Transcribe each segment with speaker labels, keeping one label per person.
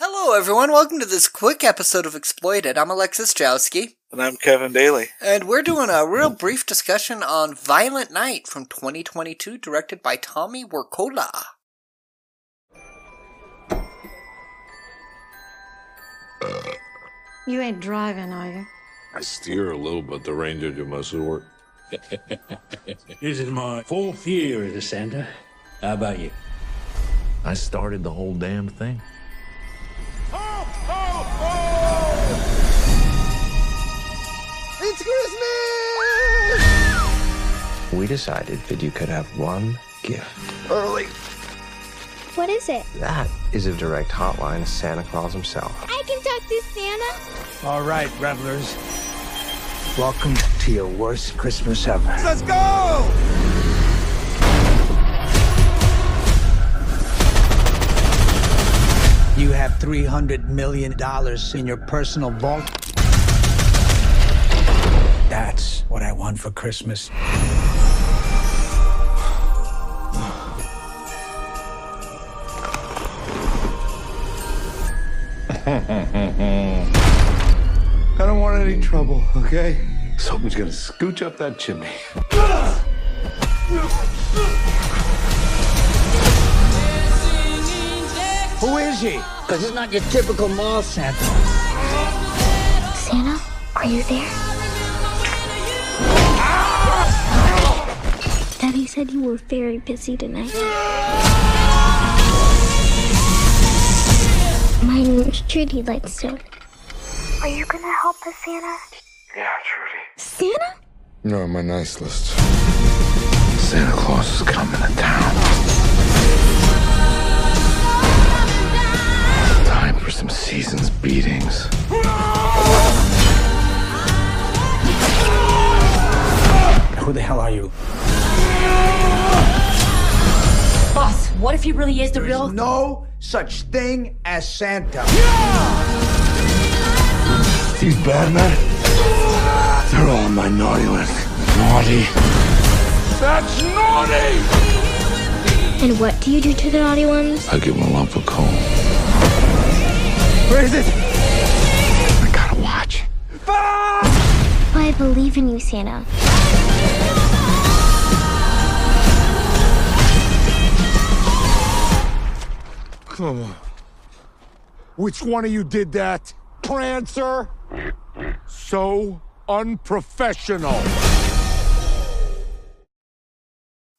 Speaker 1: Hello, everyone. Welcome to this quick episode of Exploited. I'm Alexis Jowski,
Speaker 2: And I'm Kevin Daly.
Speaker 1: and we're doing a real brief discussion on Violent Night from 2022, directed by Tommy Wirkola.
Speaker 3: You ain't driving, are you?
Speaker 4: I steer a little, but the ranger do most of the work.
Speaker 5: This is my fourth year as a Santa. How about you?
Speaker 6: I started the whole damn thing.
Speaker 7: we decided that you could have one gift.
Speaker 8: What is it?
Speaker 7: That is a direct hotline to Santa Claus himself.
Speaker 8: I can talk to Santa.
Speaker 9: All right, revelers. Welcome to your worst Christmas ever. Let's go! You have $300 million in your personal vault. That's what I want for Christmas.
Speaker 10: I don't want any trouble, okay? Something's gonna scooch up that chimney.
Speaker 9: Who is he? Because it's not your typical mall Santa.
Speaker 8: Santa, are you there? Daddy said you were very busy tonight. My name's Trudy Lightstone. Are you gonna help us, Santa?
Speaker 10: Yeah, Trudy.
Speaker 8: Santa?
Speaker 10: No, on my nice list. Santa Claus is coming to town. Time for some season's beatings.
Speaker 9: Who the hell are you?
Speaker 11: Boss, what if he really is the real?
Speaker 9: No such thing as Santa.
Speaker 10: These bad men, they're all on my naughty list. Naughty. That's naughty!
Speaker 8: And what do you do to the naughty ones?
Speaker 10: I give him a lump of coal. Where is it? I gotta watch.
Speaker 8: I believe in you, Santa.
Speaker 10: Come on. Which one of you did that? Prancer? So unprofessional.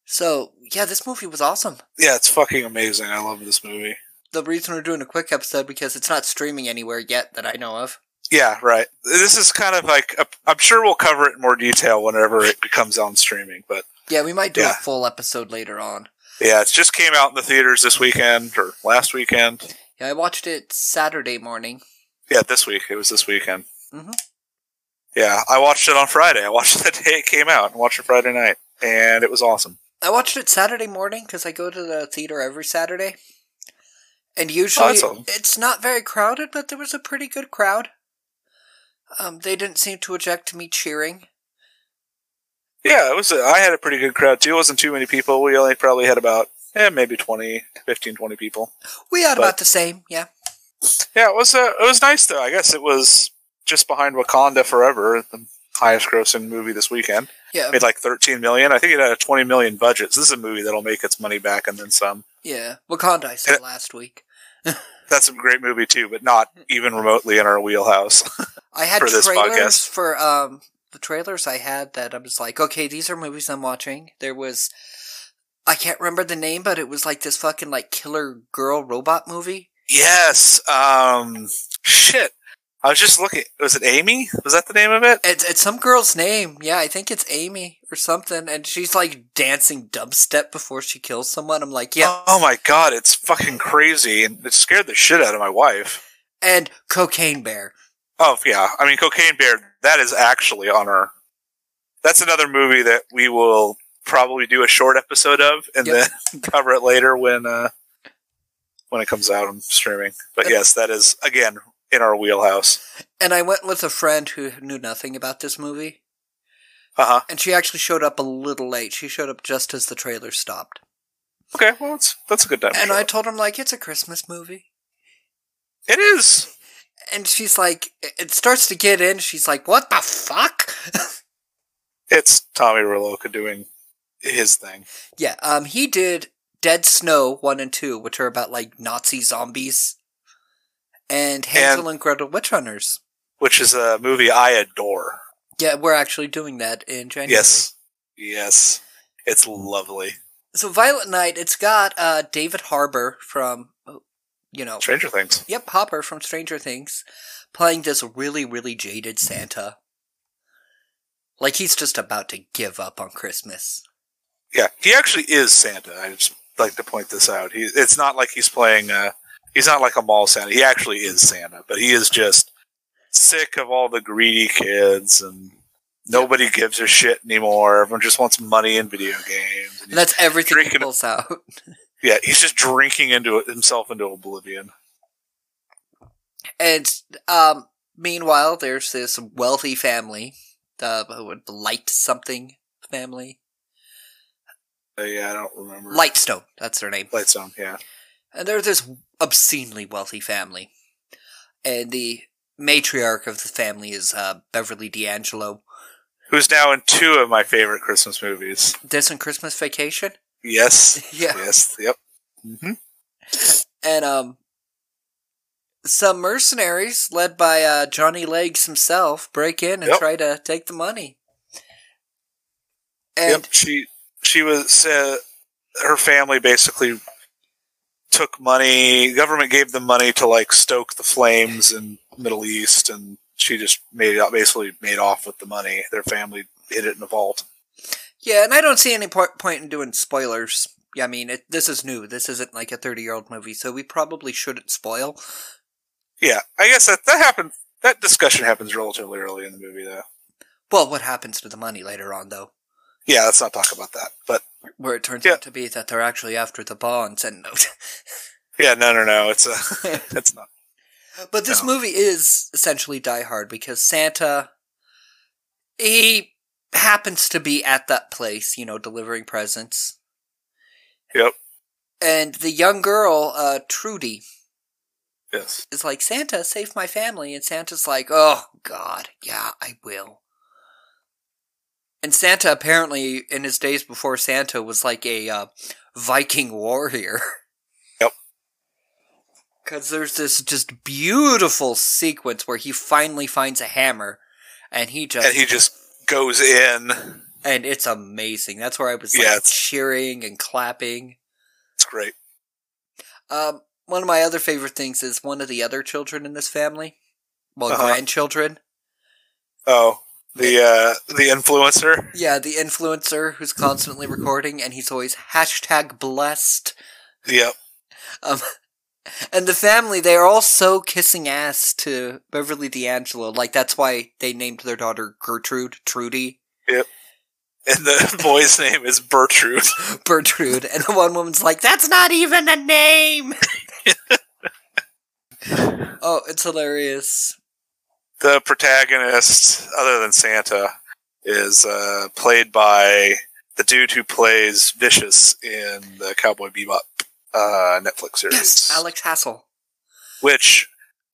Speaker 1: So, yeah, this movie was awesome.
Speaker 2: Yeah, it's fucking amazing. I love this movie.
Speaker 1: The reason we're doing a quick episode because it's not streaming anywhere yet that I know of.
Speaker 2: Yeah, right. This is kind of like uh, I'm sure we'll cover it in more detail whenever it becomes on streaming. But
Speaker 1: Yeah, we might do
Speaker 2: Yeah.
Speaker 1: a full episode later on.
Speaker 2: yeah, it just came out in the theaters this weekend or last weekend.
Speaker 1: Yeah, I watched it Saturday morning.
Speaker 2: Yeah, this week. It was this weekend.
Speaker 1: Mhm.
Speaker 2: Yeah, I watched it on Friday. I watched it the day it came out and watched it Friday night, and it was awesome.
Speaker 1: I watched it Saturday morning because I go to the theater every Saturday. And
Speaker 2: Oh,
Speaker 1: usually
Speaker 2: that's all.
Speaker 1: it's not very crowded, but there was a pretty good crowd. Um, they didn't seem to object to me cheering.
Speaker 2: Yeah, it was. A, I had a pretty good crowd too. It wasn't too many people. We only probably had about eh, maybe 20, 15, 20 people.
Speaker 1: We had
Speaker 2: But-
Speaker 1: about the same, yeah.
Speaker 2: Yeah, it was. Uh, it was nice though. I guess it was just behind Wakanda Forever, the highest grossing movie this weekend.
Speaker 1: Yeah.
Speaker 2: Made like 13 million. I think it had a 20 million budget. So this is a movie that'll make its money back and then some.
Speaker 1: Yeah. Wakanda I saw
Speaker 2: And-
Speaker 1: last week.
Speaker 2: That's a great movie too, but not even remotely in our wheelhouse.
Speaker 1: I had
Speaker 2: for this
Speaker 1: trailers
Speaker 2: podcast.
Speaker 1: for um the trailers I had that I was like, okay, these are movies I'm watching. There was I can't remember the name, but it was like this fucking like killer girl robot movie.
Speaker 2: yes. Um. Shit. I was just looking. Was it Amy? Was that the name of it?
Speaker 1: It's it's some girl's name. Yeah, I think it's Amy or something, and she's like dancing dubstep before she kills someone. I'm like, yeah.
Speaker 2: Oh my god, it's fucking crazy, and it scared the shit out of my wife.
Speaker 1: And Cocaine Bear.
Speaker 2: Oh yeah, I mean Cocaine Bear. That is actually on our. That's another movie that we will probably do a short episode of, and
Speaker 1: Yep.
Speaker 2: then cover it later when uh, when it comes out on streaming. But
Speaker 1: Yep.
Speaker 2: yes, that is again in our wheelhouse.
Speaker 1: And I went with a friend who knew nothing about this movie,
Speaker 2: Uh huh.
Speaker 1: and she actually showed up a little late. She showed up just as the trailer stopped,
Speaker 2: Okay, well that's that's a good time. to
Speaker 1: and
Speaker 2: show
Speaker 1: I
Speaker 2: it.
Speaker 1: told him like it's a Christmas movie.
Speaker 2: It is.
Speaker 1: And she's like, it starts to get in. She's like, what the fuck?
Speaker 2: It's Tommy Roloca doing his thing.
Speaker 1: yeah, um, he did Dead Snow 1 and 2, which are about like Nazi zombies, and Hansel and, Gretel Witch Hunters.
Speaker 2: which is a movie I adore.
Speaker 1: Yeah, we're actually doing that in January.
Speaker 2: Yes. Yes. It's lovely.
Speaker 1: So Violet Knight, it's got uh, David Harbour from, you know,
Speaker 2: Stranger Things.
Speaker 1: Yep, Hopper from Stranger Things, playing this really, really jaded Santa. Like he's just about to give up on Christmas.
Speaker 2: Yeah, he actually is Santa. I just like to point this out. He, it's not like he's playing. Uh, he's not like a mall Santa. He actually is Santa, but he is just sick of all the greedy kids and nobody gives a shit anymore. Everyone just wants money and video games. And
Speaker 1: And that's everything he
Speaker 2: Drinking-
Speaker 1: pulls out.
Speaker 2: he- yeah, he's just drinking into it, himself into oblivion.
Speaker 1: And um, meanwhile, there's this wealthy family, uh, would light something family,
Speaker 2: Uh, yeah, I don't remember.
Speaker 1: Lightstone. That's their name.
Speaker 2: Lightstone. Yeah,
Speaker 1: And they're this obscenely wealthy family. And the matriarch of the family is uh, Beverly D'Angelo.
Speaker 2: who's now in two of my favorite Christmas movies.
Speaker 1: This and Christmas Vacation.
Speaker 2: Yes.
Speaker 1: Yeah.
Speaker 2: Yes. Yep. hmm
Speaker 1: and um some mercenaries led by uh, Johnny Legs himself break in and
Speaker 2: Yep.
Speaker 1: try to take the money. And
Speaker 2: Yep, she she was uh, her family basically took money. Government gave them money to like stoke the flames in Middle East, and she just made basically made off with the money. Their family hid it in a vault.
Speaker 1: yeah, and I don't see any po- point in doing spoilers. Yeah, I mean, it, this is new. This isn't like a 30-year-old movie, so we probably shouldn't spoil.
Speaker 2: Yeah, I guess that that happened. That discussion happens relatively early in the movie, though.
Speaker 1: Well, what happens to the money later on though?
Speaker 2: Yeah, let's not talk about that. But
Speaker 1: Where it turns
Speaker 2: Yeah.
Speaker 1: out to be that they're actually after the bonds and
Speaker 2: yeah, no, no, no. It's a it's not.
Speaker 1: But this
Speaker 2: No.
Speaker 1: movie is essentially Die Hard because Santa he happens to be at that place, you know, delivering presents.
Speaker 2: Yep.
Speaker 1: And the young girl, uh, Trudy,
Speaker 2: Yes.
Speaker 1: is like, Santa, save my family. And Santa's like, oh, God, yeah, I will. And Santa apparently, in his days before Santa, was like a uh, Viking warrior.
Speaker 2: Yep.
Speaker 1: Because there's this just beautiful sequence where he finally finds a hammer and he just.
Speaker 2: And he just goes in.
Speaker 1: and it's amazing. That's where I was like
Speaker 2: Yeah, it's-
Speaker 1: cheering and clapping.
Speaker 2: It's great.
Speaker 1: Um, one of my other favorite things is one of the other children in this family, well,
Speaker 2: Uh-huh.
Speaker 1: grandchildren.
Speaker 2: Oh, the uh, the influencer.
Speaker 1: Yeah, the influencer who's constantly recording, and he's always hashtag blessed.
Speaker 2: Yep.
Speaker 1: Um, and the family, they are all so kissing ass to Beverly D'Angelo. Like that's why they named their daughter Gertrude, Trudy,
Speaker 2: and the boy's name is Bertrude.
Speaker 1: Bertrude. And the one woman's like, "That's not even a name." oh, it's hilarious.
Speaker 2: The protagonist, other than Santa, is uh, played by the dude who plays Vicious in the Cowboy Bebop uh, Netflix series.
Speaker 1: Yes, Alex Hassel.
Speaker 2: Which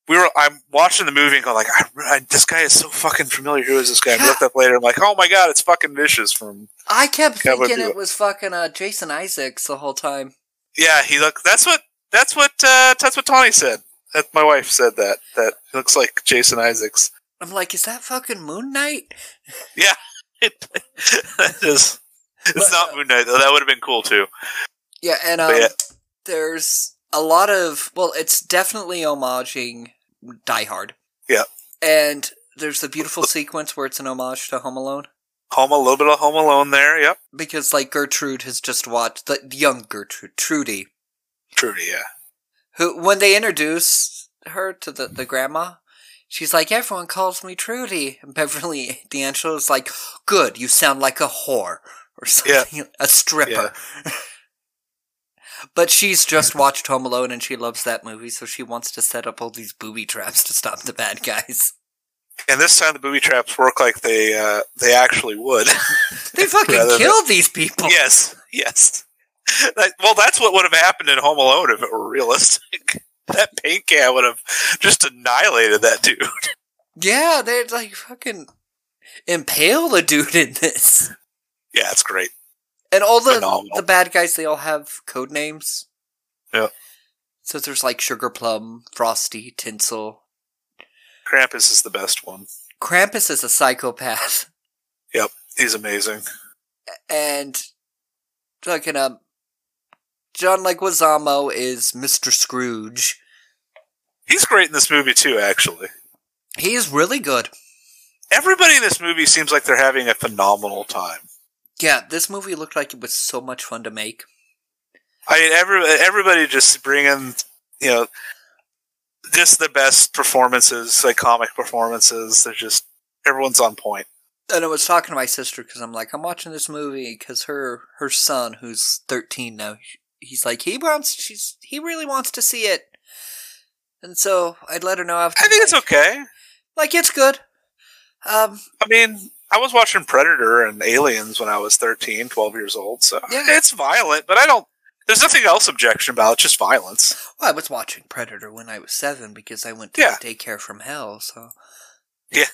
Speaker 2: we were. I'm watching the movie and going like, I, I, "This guy is so fucking familiar. Who is this guy?" I looked up later. I'm like, "Oh my god, it's fucking Vicious from."
Speaker 1: I kept
Speaker 2: That would
Speaker 1: thinking
Speaker 2: do
Speaker 1: it
Speaker 2: it.
Speaker 1: was fucking uh, Jason Isaacs the whole time.
Speaker 2: Yeah, he look. That's what. That's what. Uh, that's what Tawny said. That my wife said that. That he looks like Jason Isaacs.
Speaker 1: I'm like, is that fucking Moon Knight?
Speaker 2: that is. It's not Moon Knight though. That would have been cool too.
Speaker 1: Yeah, and um,
Speaker 2: But yeah.
Speaker 1: there's a lot of well, it's definitely homaging Die Hard.
Speaker 2: Yeah.
Speaker 1: and there's the beautiful sequence where it's an homage to Home Alone
Speaker 2: Home a little bit of Home Alone there. Yep.
Speaker 1: because like Gertrude has just watched the young Gertrude Trudy,
Speaker 2: Trudy. Yeah.
Speaker 1: who when they introduce her to the the grandma. She's like, everyone calls me Trudy. And Beverly D'Angelo's like, good, you sound like a whore. Or
Speaker 2: Yeah.
Speaker 1: something, a stripper. But she's just watched Home Alone and she loves that movie, so she wants to set up all these booby traps to stop the bad guys.
Speaker 2: And this time the booby traps work like they uh, they actually would.
Speaker 1: They fucking
Speaker 2: Rather than-
Speaker 1: kill these people.
Speaker 2: yes. Yes. That, well, that's what would have happened in Home Alone if it were realistic. that paint can would have just annihilated that dude.
Speaker 1: Yeah, they'd like fucking impale the dude in this.
Speaker 2: Yeah, it's great.
Speaker 1: And all the
Speaker 2: Phenomenal.
Speaker 1: the bad guys, they all have code names.
Speaker 2: Yeah.
Speaker 1: So there's like Sugar Plum, Frosty, Tinsel.
Speaker 2: Krampus is the best one.
Speaker 1: Krampus is a psychopath,
Speaker 2: He's amazing.
Speaker 1: and fucking um, John Leguizamo is Mister Scrooge.
Speaker 2: He's great in this movie too. Actually,
Speaker 1: He's really good.
Speaker 2: everybody in this movie seems like they're having a phenomenal time.
Speaker 1: Yeah, this movie looked like it was so much fun to make.
Speaker 2: I mean, every, everybody just bringing, you know, just the best performances, like comic performances. They're just, everyone's on point.
Speaker 1: And I was talking to my sister because I'm like, I'm watching this movie because her her son, who's 13 now, he's like, he wants, she's, he really wants to see it. And so I'd let her know after.
Speaker 2: I think it's
Speaker 1: like-
Speaker 2: okay.
Speaker 1: Like it's good. Um,
Speaker 2: I mean, I was watching Predator and Aliens when I was 13, 12 years old, so
Speaker 1: Yeah.
Speaker 2: it's violent, but I don't, there's nothing else objection about it, just violence.
Speaker 1: well, I was watching Predator when I was seven because I went to
Speaker 2: Yeah.
Speaker 1: daycare from hell. So
Speaker 2: Yeah,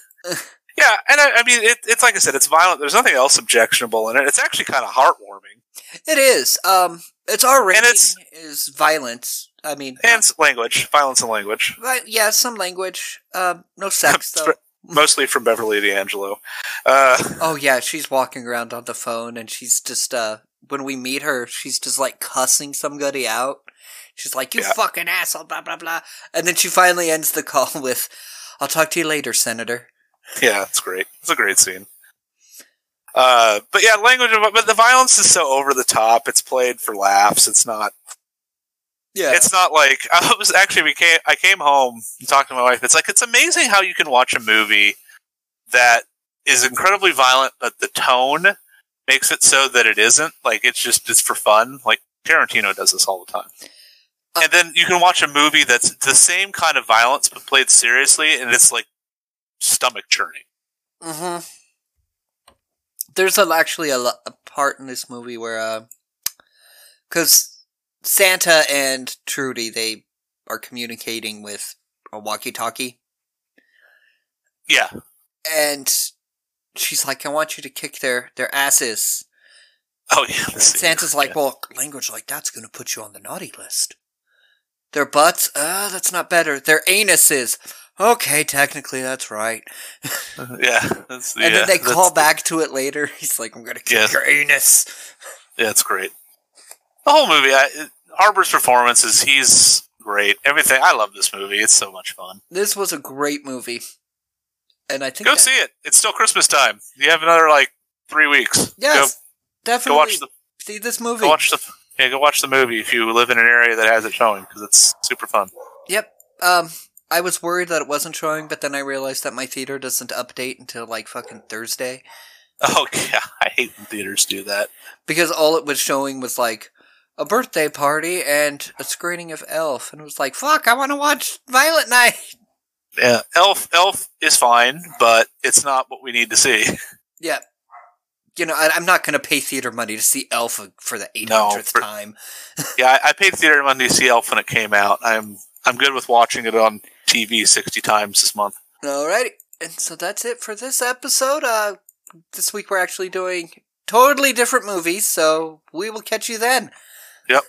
Speaker 2: and I, I mean, it, it's like I said, it's violent. There's nothing else objectionable in it. It's actually kind of heartwarming.
Speaker 1: it is. Um, it's R rating.
Speaker 2: it's-
Speaker 1: is violence. I mean,
Speaker 2: And it's language, violence and language.
Speaker 1: but yeah, some language. Um, no sex though.
Speaker 2: Mostly from Beverly D'Angelo. Uh,
Speaker 1: Oh yeah, she's walking around on the phone and she's just uh when we meet her, she's just like cussing somebody out. She's like, You
Speaker 2: Yeah.
Speaker 1: fucking asshole, blah blah blah and then she finally ends the call with I'll talk to you later, Senator.
Speaker 2: Yeah, it's great. It's a great scene. Uh, but yeah, language, of- but the violence is so over the top. It's played for laughs. It's not.
Speaker 1: Yeah.
Speaker 2: It's not like I was actually we came. I came home and talked to my wife. It's like it's amazing how you can watch a movie that is incredibly violent, but the tone makes it so that it isn't. Like it's just it's for fun. Like Tarantino does this all the time.
Speaker 1: Uh,
Speaker 2: and then you can watch a movie that's the same kind of violence but played seriously, and it's like stomach churning.
Speaker 1: hmm Mm-hmm. There's a, actually a, lo- a part in this movie where, uh, because Santa and Trudy, they are communicating with a walkie-talkie,
Speaker 2: Yeah,
Speaker 1: and she's like, "I want you to kick their their asses."
Speaker 2: Oh yeah, the
Speaker 1: And
Speaker 2: scene.
Speaker 1: Santa's like,
Speaker 2: Yeah.
Speaker 1: "Well, language like that's going to put you on the naughty list." Their butts? Uh, that's not better. Their anuses. Okay, technically that's right.
Speaker 2: yeah, that's,
Speaker 1: And
Speaker 2: yeah,
Speaker 1: then they
Speaker 2: that's-
Speaker 1: call back to it later. He's like, "I'm going to kick
Speaker 2: Yeah.
Speaker 1: your anus."
Speaker 2: Yeah, it's great. The whole movie, I, it- Harbour's performance is—he's great. Everything. I love this movie. It's so much fun.
Speaker 1: this was a great movie, and I think
Speaker 2: Go
Speaker 1: that-
Speaker 2: see it. It's still Christmas time. You have another like three weeks.
Speaker 1: Yes,
Speaker 2: Go,
Speaker 1: definitely
Speaker 2: go watch the
Speaker 1: see this movie.
Speaker 2: go watch the yeah go watch the movie if you live in an area that has it showing because it's super fun.
Speaker 1: Yep. Um, I was worried that it wasn't showing, but then I realized that my theater doesn't update until like fucking Thursday
Speaker 2: Oh yeah, I hate when theaters do that.
Speaker 1: because all it was showing was like a birthday party and a screening of Elf, and it was like, fuck, I want to watch Violet Night.
Speaker 2: Yeah, Elf Elf is fine, but it's not what we need to see.
Speaker 1: Yep. You know, I, I'm not going to pay theater money to see Elf for the 800th
Speaker 2: for-
Speaker 1: time.
Speaker 2: Yeah, I, I paid theater money to see Elf when it came out. I'm I'm good with watching it on TV sixty times this month.
Speaker 1: Alrighty. And so that's it for this episode. Uh, this week we're actually doing totally different movies, so we will catch you then.
Speaker 2: Yep.